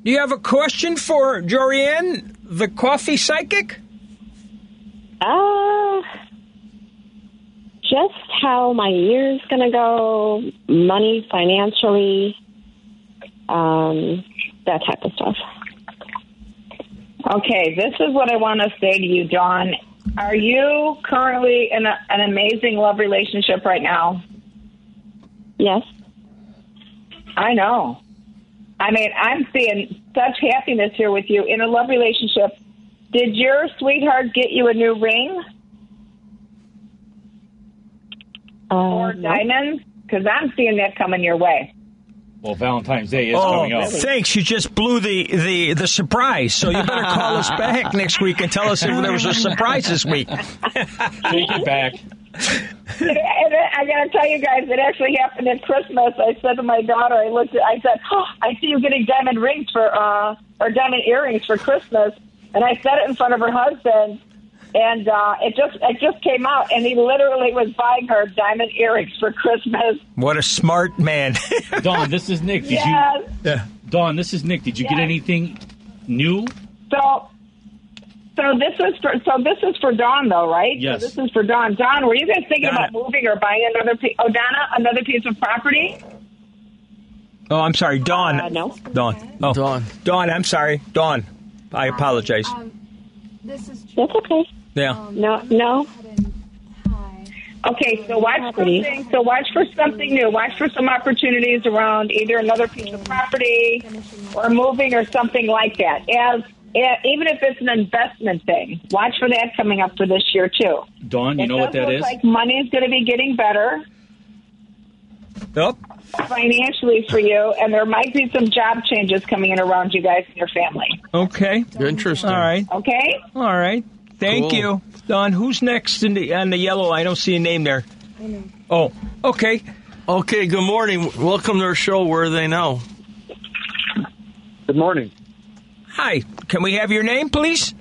Do you have a question for Jorianne, the coffee psychic?
Uh, just how my year's going to go, money, financially, um, that type of stuff.
Okay, this is what I want to say to you, Dawn. Are you currently in a, an amazing love relationship right now?
Yes.
I know. I mean, I'm seeing such happiness here with you in a love relationship. Did your sweetheart get you a new ring? or diamonds? Because I'm seeing that coming your way.
Well, Valentine's Day is
oh,
coming up.
thanks. You just blew the, the, the surprise. So you better call us back next week and tell us if there was a surprise this week.
Take it back.
and I got to tell you guys, it actually happened at Christmas. I said to my daughter, I looked at, I said, oh, I see you getting diamond rings for, uh, or diamond earrings for Christmas. And I said it in front of her husband. And uh, it just it just came out, and he literally was buying her diamond earrings for Christmas.
What a smart man.
Dawn, this is Nick. Did
Yes.
you? Dawn, this is Nick. Did you get anything new?
So, so this is for so this is for Dawn though, right?
Yes.
So this is for Dawn. Dawn, were you guys thinking
Donna.
about moving or buying another? Pe- oh, Donna, another piece of property.
Oh, I'm sorry. Dawn.
Uh, no.
Dawn. Oh.
Um,
Dawn. Dawn, I'm sorry. Dawn. I apologize.
That's okay.
Yeah.
No, no.
Okay, so watch for things, so watch for something new. Watch for some opportunities around either another piece of property or moving or something like that. As, eh, even if it's an investment thing, watch for that coming up for this year too.
Dawn, you
It
know what
does
that
look
is?
Like money is going to be getting better
Nope.
financially for you, and there might be some job changes coming in around you guys and your family.
Okay.
Interesting.
All right.
Okay.
All right. Thank
Cool.
you, Don. Who's next in the on the yellow? I don't see a name there. Oh, okay.
Okay, good morning. Welcome to our show, Where They Know.
Good morning.
Hi. Can we have your name, please?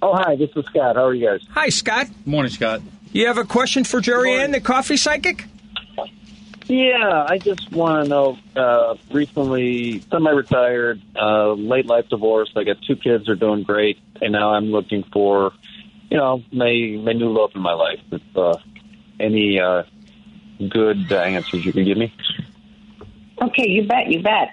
Oh, hi. This is Scott. How are you guys?
Hi, Scott.
Morning, Scott.
You have a question for Jerry Ann, the coffee psychic?
Yeah, I just want to know. Uh, recently, semi-retired, uh, late life divorce. I got two kids. Are doing great, and now I'm looking for, you know, my my new love in my life. If uh, any uh, good uh, answers you can give me.
Okay, you bet, you bet.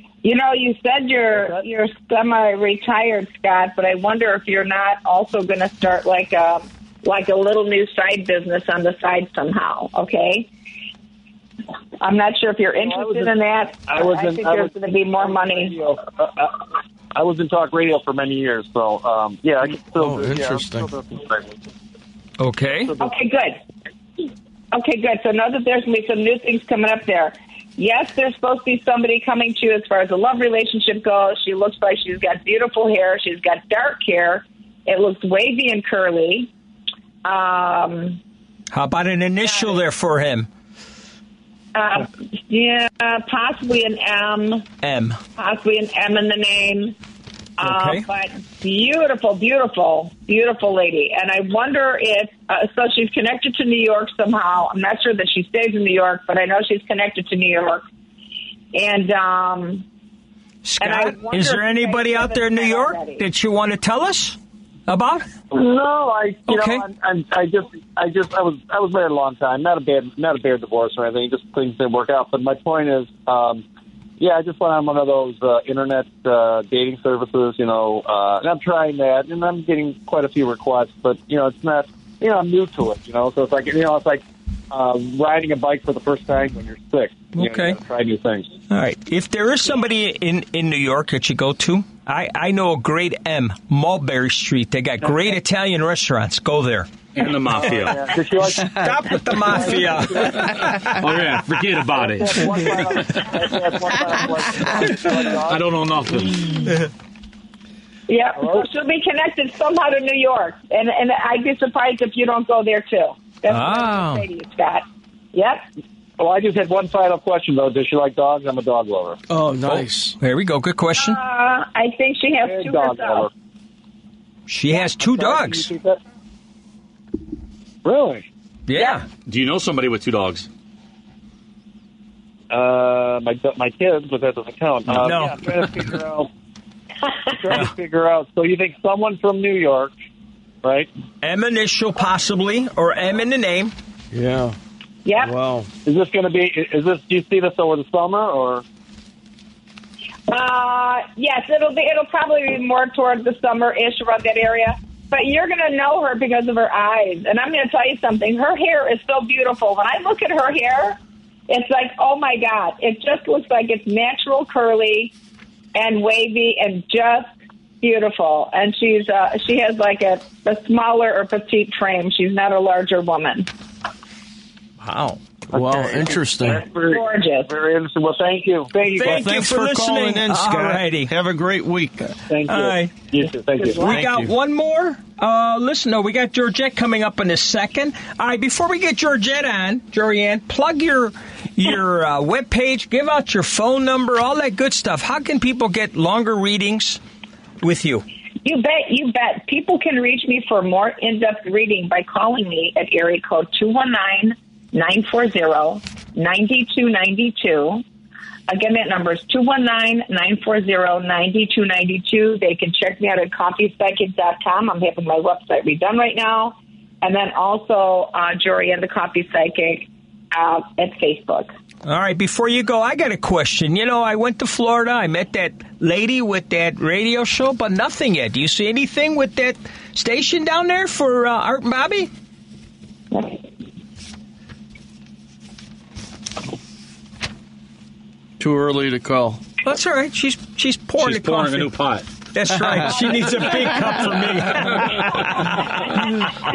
you know, you said you're you're semi-retired, Scott, but I wonder if you're not also going to start like a like a little new side business on the side somehow. Okay, I'm not sure if you're interested in that.
I was in-
think
I
there's
was-
going to be more money.
Uh, I was in talk radio for many years, so um, yeah, I can still.
Oh,
yeah, I'm
interesting.
still doing some things.
Okay.
Okay, good. Okay, good. So know that there's going to be some new things coming up there. Yes, there's supposed to be somebody coming to you as far as the love relationship goes. She looks like she's got beautiful hair. She's got dark hair. It looks wavy and curly. Um,
How about an initial there for him?
uh, yeah, possibly an M,
M.
possibly an M in the name. Uh,
Okay.
But beautiful, beautiful, beautiful lady. And I wonder if, uh, so she's connected to New York somehow. I'm not sure that she stays in New York, but I know she's connected to New York. And, um,
Scott, is there anybody out there in New York that you want to tell us about?
No, Oh, I. You
Okay.
know, I'm, I'm, I just, I just, I was, I was married a long time. Not a bad, not a bad divorce or anything. Just things didn't work out. But my point is, um, yeah, I just went on one of those uh, internet uh, dating services, you know, uh, and I'm trying that, and I'm getting quite a few requests. But you know, it's not, you know, I'm new to it, you know. So it's like, you know, it's like uh, riding a bike for the first time when you're sick. You know, you
Okay.
gotta try new things.
All right. If there is somebody in, in New York that you go to, I, I know a great M, Mulberry Street. They got great Italian restaurants. Go there.
And the mafia.
Stop with the mafia.
oh yeah, forget about it. I don't know nothing.
yeah, so she'll be connected somehow to New York. And, and I'd be surprised if you don't go there too. That's
Oh.
what I'm going to say to you, Scott. Yep.
Well, I just had one final question though. Does she like dogs? I'm a dog lover.
Oh, nice.
There we go. Good question.
Uh, I think she has two
dog
herself.
She has two dogs.
Really?
Yeah.
Do you know somebody with two dogs?
Uh, my my kids, but that doesn't count. Um,
No.
yeah, I'm trying to figure out. I'm trying to figure out. So you think someone from New York, right?
M initial possibly, or M in the name.
Yeah.
Yeah.
Wow.
Is this going to be? Is this? Do you see this over the summer or?
Uh, yes, it'll be. It'll probably be more towards the summer-ish around that area. But you're going to know her because of her eyes. And I'm going to tell you something. Her hair is so beautiful. When I look at her hair, it's like, oh my god! It just looks like it's natural, curly, and wavy, and just beautiful. And she's uh, she has like a, a smaller or petite frame. She's not a larger woman.
Wow.
Wow, interesting.
Very,
Gorgeous.
Very interesting. Well, thank you. Thank you.
Well,
guys.
thanks for, calling in, Scott.
Alrighty.
Have a great week.
Thank you.
All right.
You too. Thank you.
We got
you.
one more. Uh, listen, though, we got Georgette coming up in a second. All right, before we get Georgette on, Jorianne, plug your your uh, webpage, give out your phone number, all that good stuff. How can people get longer readings with you?
You bet, you bet. People can reach me for more in depth reading by calling me at area code 219 940 9292. Again, that number is 219 940 9292. They can check me out at coffeepsychic.com. I'm having my website redone right now. And then also, uh, Jory and the Coffee Psychic uh, at Facebook.
All right, before you go, I got a question. You know, I went to Florida. I met that lady with that radio show, but nothing yet. Do you see anything with that station down there for uh, Art and Bobby?
Too early to call.
That's all right. She's she's pouring
She's
the
pouring
coffee.
a new pot.
That's right. She needs a big cup for me.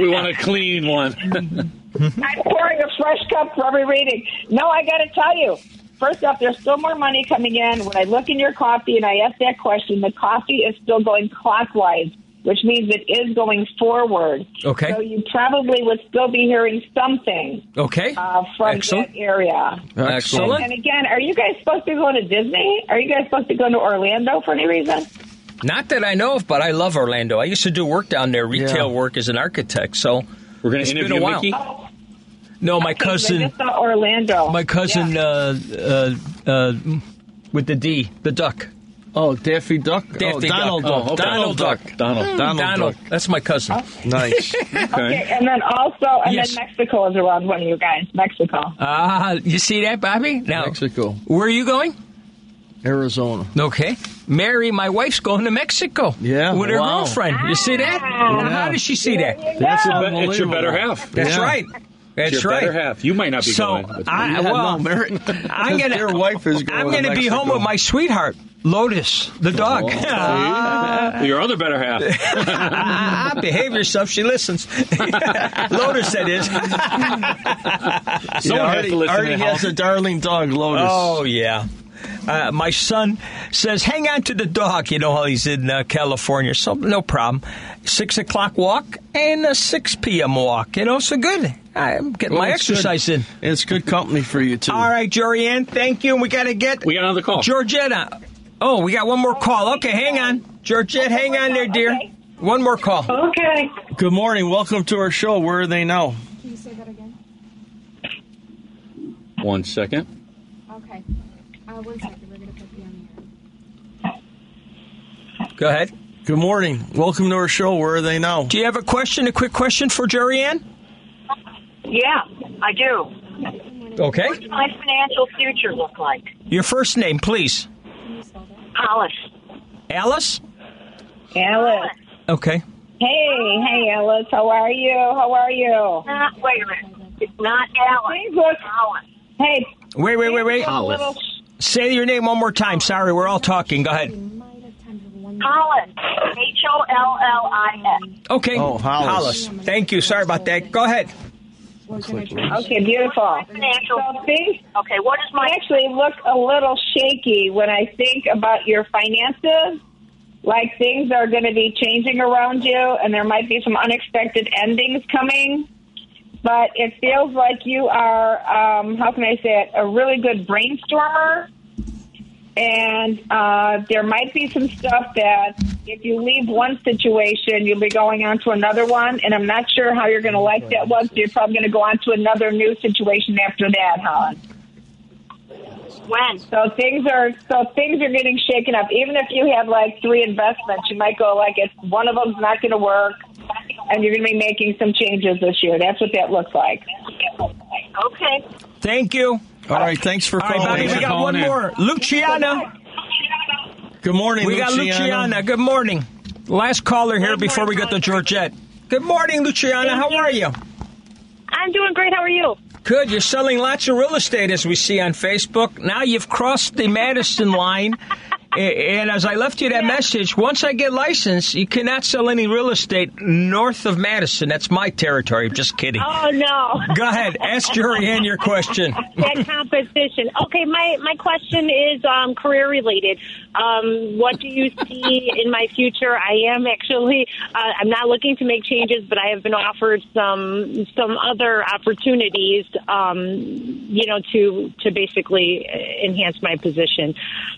we want a clean one.
Mm-hmm.
I'm pouring a fresh cup for every reading. No, I got to tell you. First off, there's still more money coming in. When I look in your coffee and I ask that question, the coffee is still going clockwise, which means it is going forward.
Okay.
So you probably would still be hearing something
Okay.
uh, from
Excellent.
that area.
Excellent.
And again, are you guys supposed to be going to Disney? Are you guys supposed to go to Orlando for any reason?
Not that I know of, but I love Orlando. I used to do work down there, retail work as an architect. So we're
gonna interview Mickey?
No, my
I
cousin,
just saw Orlando.
my cousin uh, uh, uh, with the D, the duck.
Oh, Daffy Duck.
Daffy
Donald
Duck.
Duck.
Oh, okay. Donald
Donald Duck.
Donald.
Mm.
Donald.
Donald
That's my cousin.
Nice.
Okay, and then also, and
Yes.
then Mexico is around one of you guys. Mexico.
Ah, you see that, Bobby? Now,
Mexico.
Where are you going?
Arizona.
Okay. Mary, my wife's going to Mexico. Yeah. With her
Wow.
girlfriend. You see that? Now, How
Yeah.
does she see that?
That's a be- it's your better half.
That's
Yeah.
right. That's
It's your
right.
better half. You might not be
so
going, but-
I,
Yeah,
well,
no, Mary-
I'm gonna.
Your wife is going
I'm gonna
to
be
Mexico. Oh,
home with my sweetheart, Lotus, the dog.
Your other better half.
Ah, Behave yourself. She listens. Lotus, that is.
Someone has to listen
Artie
at
has
home.
a darling dog, Lotus. Oh yeah. Uh, my son says, "Hang on to the dog." You know how he's in uh, California, so no problem. Six o'clock walk and a six p.m. walk. You know, so good. I'm getting
Well,
my
it's good-
exercise in.
It's good company for you too.
All right, Jorianne, thank you. And we got to get we got another call. Georgetta. Oh, we got one more call. Okay, hang on, Georgette, hang on there, dear. One more call.
Okay.
Good morning. Welcome to our show. Where are they now?
Can you say that again?
One second.
Okay. Uh, one second. We're going to put you on
Go ahead.
Good morning. Welcome to our show. Where are they now?
Do you have a question? A quick question for Jorianne?
Yeah, I do.
Okay.
What's my financial future look like?
Your first name, please.
Alice.
Alice?
Alice.
Okay.
Hey, hey, Alice. How are you? How are you?
Not, wait a minute. It's not Alice.
It's
Alice.
Hey.
Wait, wait, wait, wait.
Alice.
Say your name one more time. Sorry, we're all talking. Go ahead.
Hollis. H O L L I S.
Okay.
Oh, Hollis.
Hollis. Thank you. Sorry about that. Go ahead.
Okay, beautiful.
Financial.
See?
Okay, what is my.
I actually look a little shaky when I think about your finances. Like things are going to be changing around you, and there might be some unexpected endings coming. But it feels like you are, um, how can I say it, a really good brainstormer. And uh, there might be some stuff that if you leave one situation, you'll be going on to another one. And I'm not sure how you're going to like that one, so you're probably going to go on to another new situation after that, Holland.
When?
So things are so things are getting shaken up. Even if you have like three investments, you might go like it's one of them's not going to work, and you're going to be making some changes this year. That's what that looks like.
Okay.
Thank you.
All right. Thanks for
All right,
calling.
Bobby, we got one more. Luciana.
Good morning,
We got
Luciana.
Luciana. Good morning. Last caller here before we get to Georgette. Good morning, Luciana. How are you?
I'm doing great. How are you?
Good. You're selling lots of real estate, as we see on Facebook. Now you've crossed the Madison line. A- And as I left you that message, once I get licensed, you cannot sell any real estate north of Madison. That's my territory. I'm just kidding.
Oh, no.
Go ahead. Ask Jorianne your question.
that competition. Okay, my my question is um, career related. Um, what do you see in my future? I am actually uh, I'm not looking to make changes, but I have been offered some um, some other opportunities. Um, you know, to to basically enhance my position.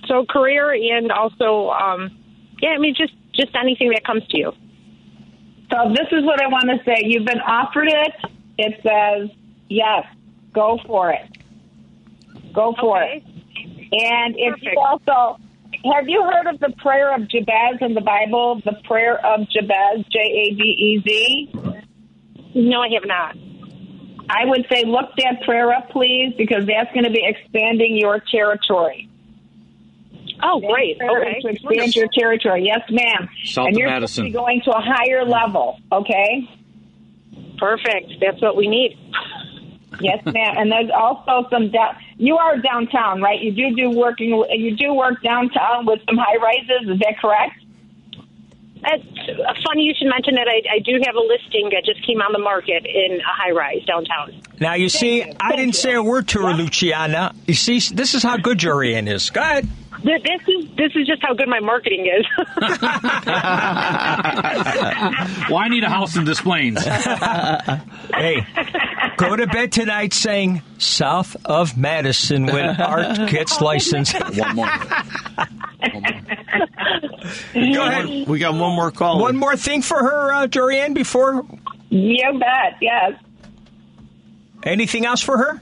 So career and also, um, yeah, I mean, just just anything that comes to you.
So this is what I want to say. You've been offered it. It says yes. Go for it. Go for it. And if you also have you heard of the prayer of Jabez in the Bible? The prayer of Jabez, J A B E Z.
No, I have not.
I would say look that prayer up, please, because that's going to be expanding your territory.
Oh, great. Okay.
To expand your territory. Yes, ma'am.
South
and
of
you're
Madison.
supposed to be going to a higher level, okay?
Perfect. That's what we need.
Yes, ma'am. And there's also some down. You are downtown, right? You do do working. You do work downtown with some high rises. Is that correct?
That's funny you should mention that. I, I do have a listing that just came on the market in a high rise downtown.
Now you see, I didn't say a word to her, Luciana. You see, this is how good your in is. Go ahead.
Th- This is this is just how good my marketing is.
Well, I need a house in Des Plaines.
hey, go to bed tonight saying "South of Madison" when Art
Oh,
gets licensed. One more.
We got, one, we got one more call.
One more thing for her, uh, Dorian, before.
You bet. Yes.
Anything else for her?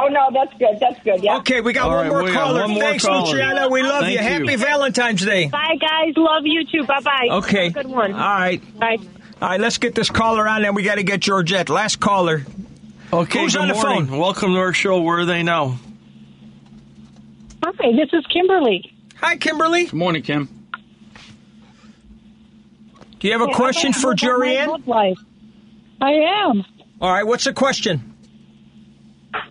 Oh no, that's good. That's good. Yeah.
Okay, we got one more caller. Thanks, Luciana. We love you. Happy Valentine's Day.
Bye, guys. Love you too. Bye, bye.
Okay. Uh,
Good one.
All right.
Bye.
All right, let's get this caller on, and we got to get Georgette. Last caller.
Okay,
Who's
good
on the
morning.
phone?
Welcome to our show. Where are they now?
Hi, this is Kimberly.
Hi, Kimberly. Good
morning, Kim.
Do you have a
Yeah,
question
I'm
for
about my
Jorianne?
love life. I am.
All right, what's the question?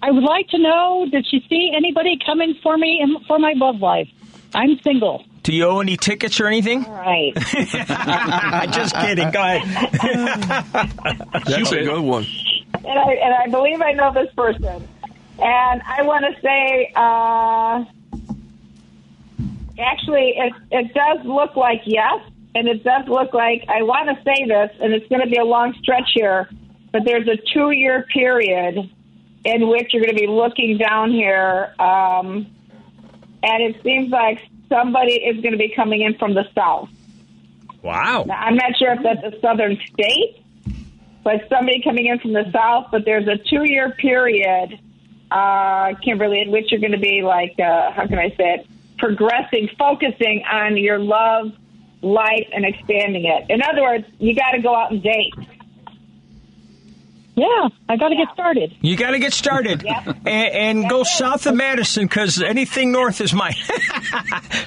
I would like to know did she see anybody coming for me in, for my love life? I'm single.
Do you owe any tickets or anything?
All right.
Just kidding. Go ahead.
That's a good one.
and I and I believe I know this person. And I want to say, uh, actually, it it does look like yes, and it does look like I want to say this, and it's going to be a long stretch here, but there's a two year period in which you're going to be looking down here, um, and it seems like somebody is going to be coming in from the south.
Wow.
Now, I'm not sure if that's a southern state, but somebody coming in from the south. But there's a two year period, uh, Kimberly, in which you're going to be like, uh, how can I say it? Progressing, focusing on your love life and expanding it. In other words, you got to go out and date.
Yeah, I got to get started.
You got to get started and, and go south of Madison because anything north is mine.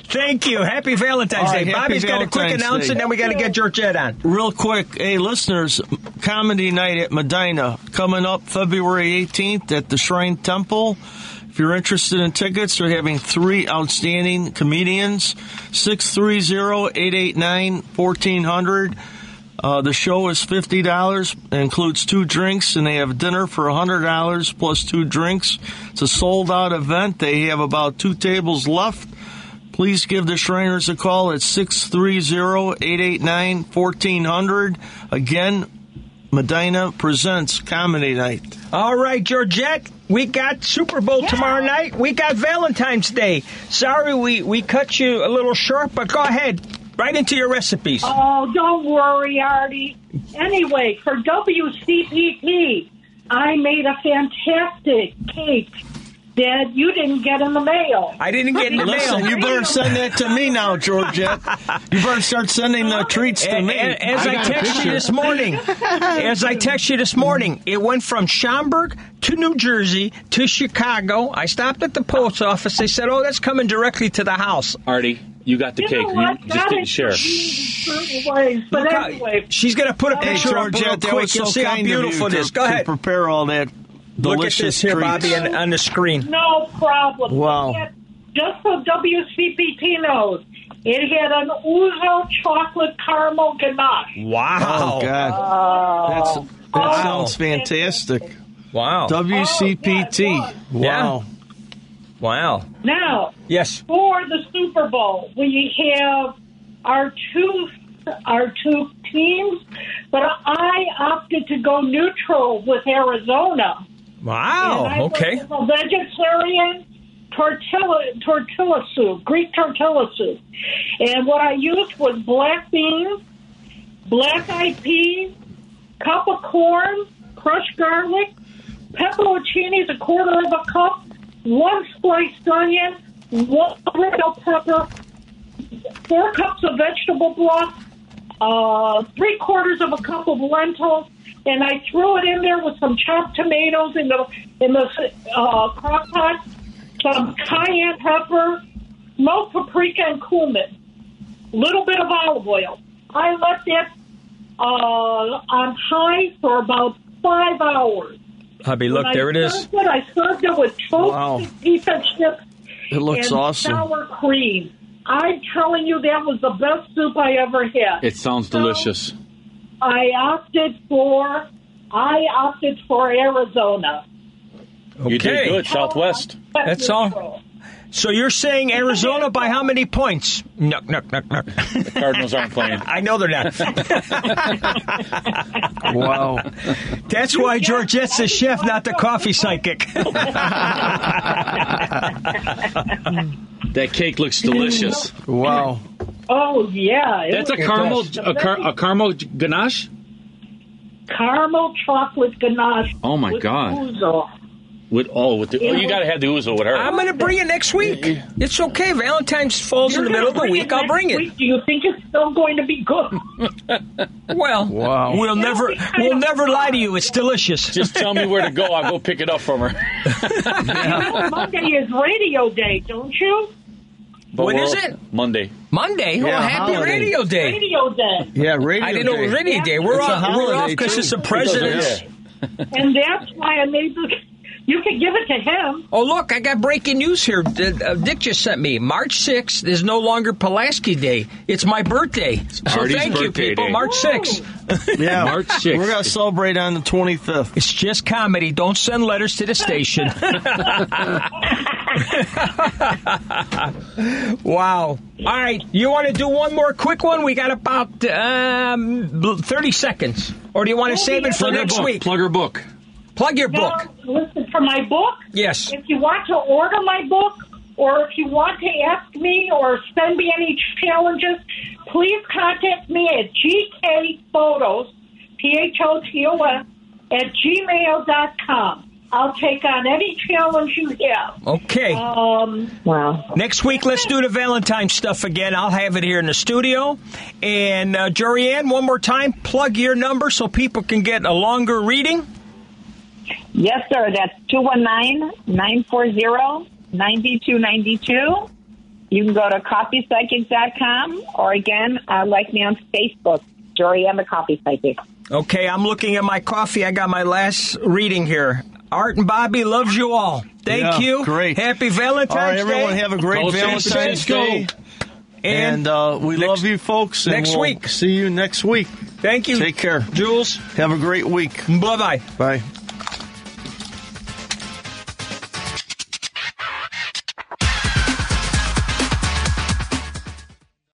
Thank you. Happy Valentine's
All right,
Day.
happy
Bobby's got a quick
Valentine's
announcement,
Day.
then we got to get Georgette on.
Real quick, hey listeners, comedy night at Medina coming up February 18th at the Shrine Temple. If you're interested in tickets, they're having three outstanding comedians 630 889 1400. Uh, the show is fifty dollars, includes two drinks, and they have dinner for hundred dollars plus two drinks. It's a sold out event. They have about two tables left. Please give the Shriners a call at 630-889-1400. Again, Medina presents Comedy Night.
All right, Georgette, we got Super Bowl tomorrow night. We got Valentine's Day. Sorry we, we cut you a little short, but go ahead. Right into your recipes.
Oh, don't worry, Artie. Anyway, for WCPP, I made a fantastic cake that you didn't get in the mail.
I didn't get in the
Listen,
mail.
you better send that to me now, Georgette. You better start sending the treats to
A-
me.
a- As I,
got a
text you
picture.
this morning, as I text you this morning, it went from Schaumburg to New Jersey to Chicago. I stopped at the post office. They said, "Oh, that's coming directly to the house."
Artie, you got the
You
cake.
know what?
You just
That
didn't
is
share.
certain ways, but
Look how-
anyway,
she's gonna put a
Hey,
picture up real
Georgette, that
quick.
was
You'll
so
see how
kind of
beautiful
you
it is.
to,
Go
to
aheys
prepare all that
Look at
delicious
this here,
treats.
Bobby, on, on the screen.
no problem.
Wow.
It had- Just so WCPT knows, it had an Uzo chocolate caramel ganache. Uh,
Wow.
Oh, God. That's, that
Wow.
sounds fantastic.
Oh, Wow. Oh,
WCPT. wow.
Wow.
Now,
Yes.
for the Super Bowl, we have our two our two teams, but I opted to go neutral with Arizona. And I
Wow.
went
Okay.
with A vegetarian tortilla tortilla soup, Greek tortilla soup, and what I used was black beans, black eyed peas, cup of corn, crushed garlic, pepperoncinis, a quarter of a cup, one sliced onion, one red bell pepper, four cups of vegetable broth, uh, three quarters of a cup of lentils, and I threw it in there with some chopped tomatoes in the in the uh, crock pot, some cayenne pepper, smoked paprika and cumin, little bit of olive oil. I left it uh, on high for about five hours.
Hubby, look,
When I
there it is.
served I served it with toasted
Wow.
pizza chips.
It looks
and
awesome.
Sour cream. I'm telling you, that was the best soup I ever had.
It sounds delicious.
I opted for I opted for Arizona.
You did good, Southwest.
That's all. So you're saying Arizona by how many points? Knock, knock, knock, knock. The
Cardinals aren't playing.
I know they're not.
wow.
That's why Georgette's the chef, not the coffee psychic.
That cake looks delicious.
Wow.
Oh yeah, it
That's a
was
caramel
delicious.
a, car, a caramel ganache.
caramel chocolate ganache.
Oh, my
with
God.
ouzo.
With oh, with the, oh, you got to have the ouzo with her.
I'm going to bring it next week. It's okay. Valentine's falls in the middle of the week. I'll bring it.
Do you think it's still going to be good?
Well,
Wow.
we'll never we'll never lie to you. It's delicious.
Just tell me where to go. I'll go pick it up from her.
Oh, Monday is radio day, don't you?
But
When
we're-
is it?
Monday.
Monday.
Yeah,
oh, happy
holiday.
radio day.
Radio day.
Yeah, radio.
I didn't know it was
day.
radio day. We're
It's a
off. We're
holiday,
off because
too.
it's the president's.
Yeah.
and that's why I made the. You can give it to him.
Oh, look, I got breaking news here. D- uh, Dick just sent me. March 6th is no longer Pulaski Day. It's my birthday. So
Artie's
thank you,
birthday
people.
day.
March 6th.
Yeah.
March 6th.
We're going to celebrate on the 25th.
It's just comedy. Don't send letters to the station. wow. All right. You want to do one more quick one? We got about um, 30 seconds. Or do you want to save it for
Plug her
next
book.
week?
Plug her book.
Plug your
Now,
book.
listen for my book.
Yes.
If you want to order my book, or if you want to ask me or send me any challenges, please contact me at gkphotos, P H O T O S, at gmail dot com. I'll take on any challenge you have.
Okay.
Um,
wow.
Next week, let's do the Valentine stuff again. I'll have it here in the studio. And uh, Jorianne, one more time, plug your number so people can get a longer reading.
Yes, sir. That's 219-940-9292. You can go to coffeepsychic.com or again, uh, like me on Facebook, Jory M. the Coffee Psychic.
Okay, I'm looking at my coffee. I got my last reading here. Art and Bobby loves you all. Thank
Yeah,
you.
Great.
Happy Valentine's
All right, everyone,
Day.
have a great
Go San
Valentine's
Francisco.
Day. And, uh, we love you, folks. and
next
we'll
week.
See you next week.
Thank you.
Take care.
Jules.
Have a great week.
Bye bye.
Bye.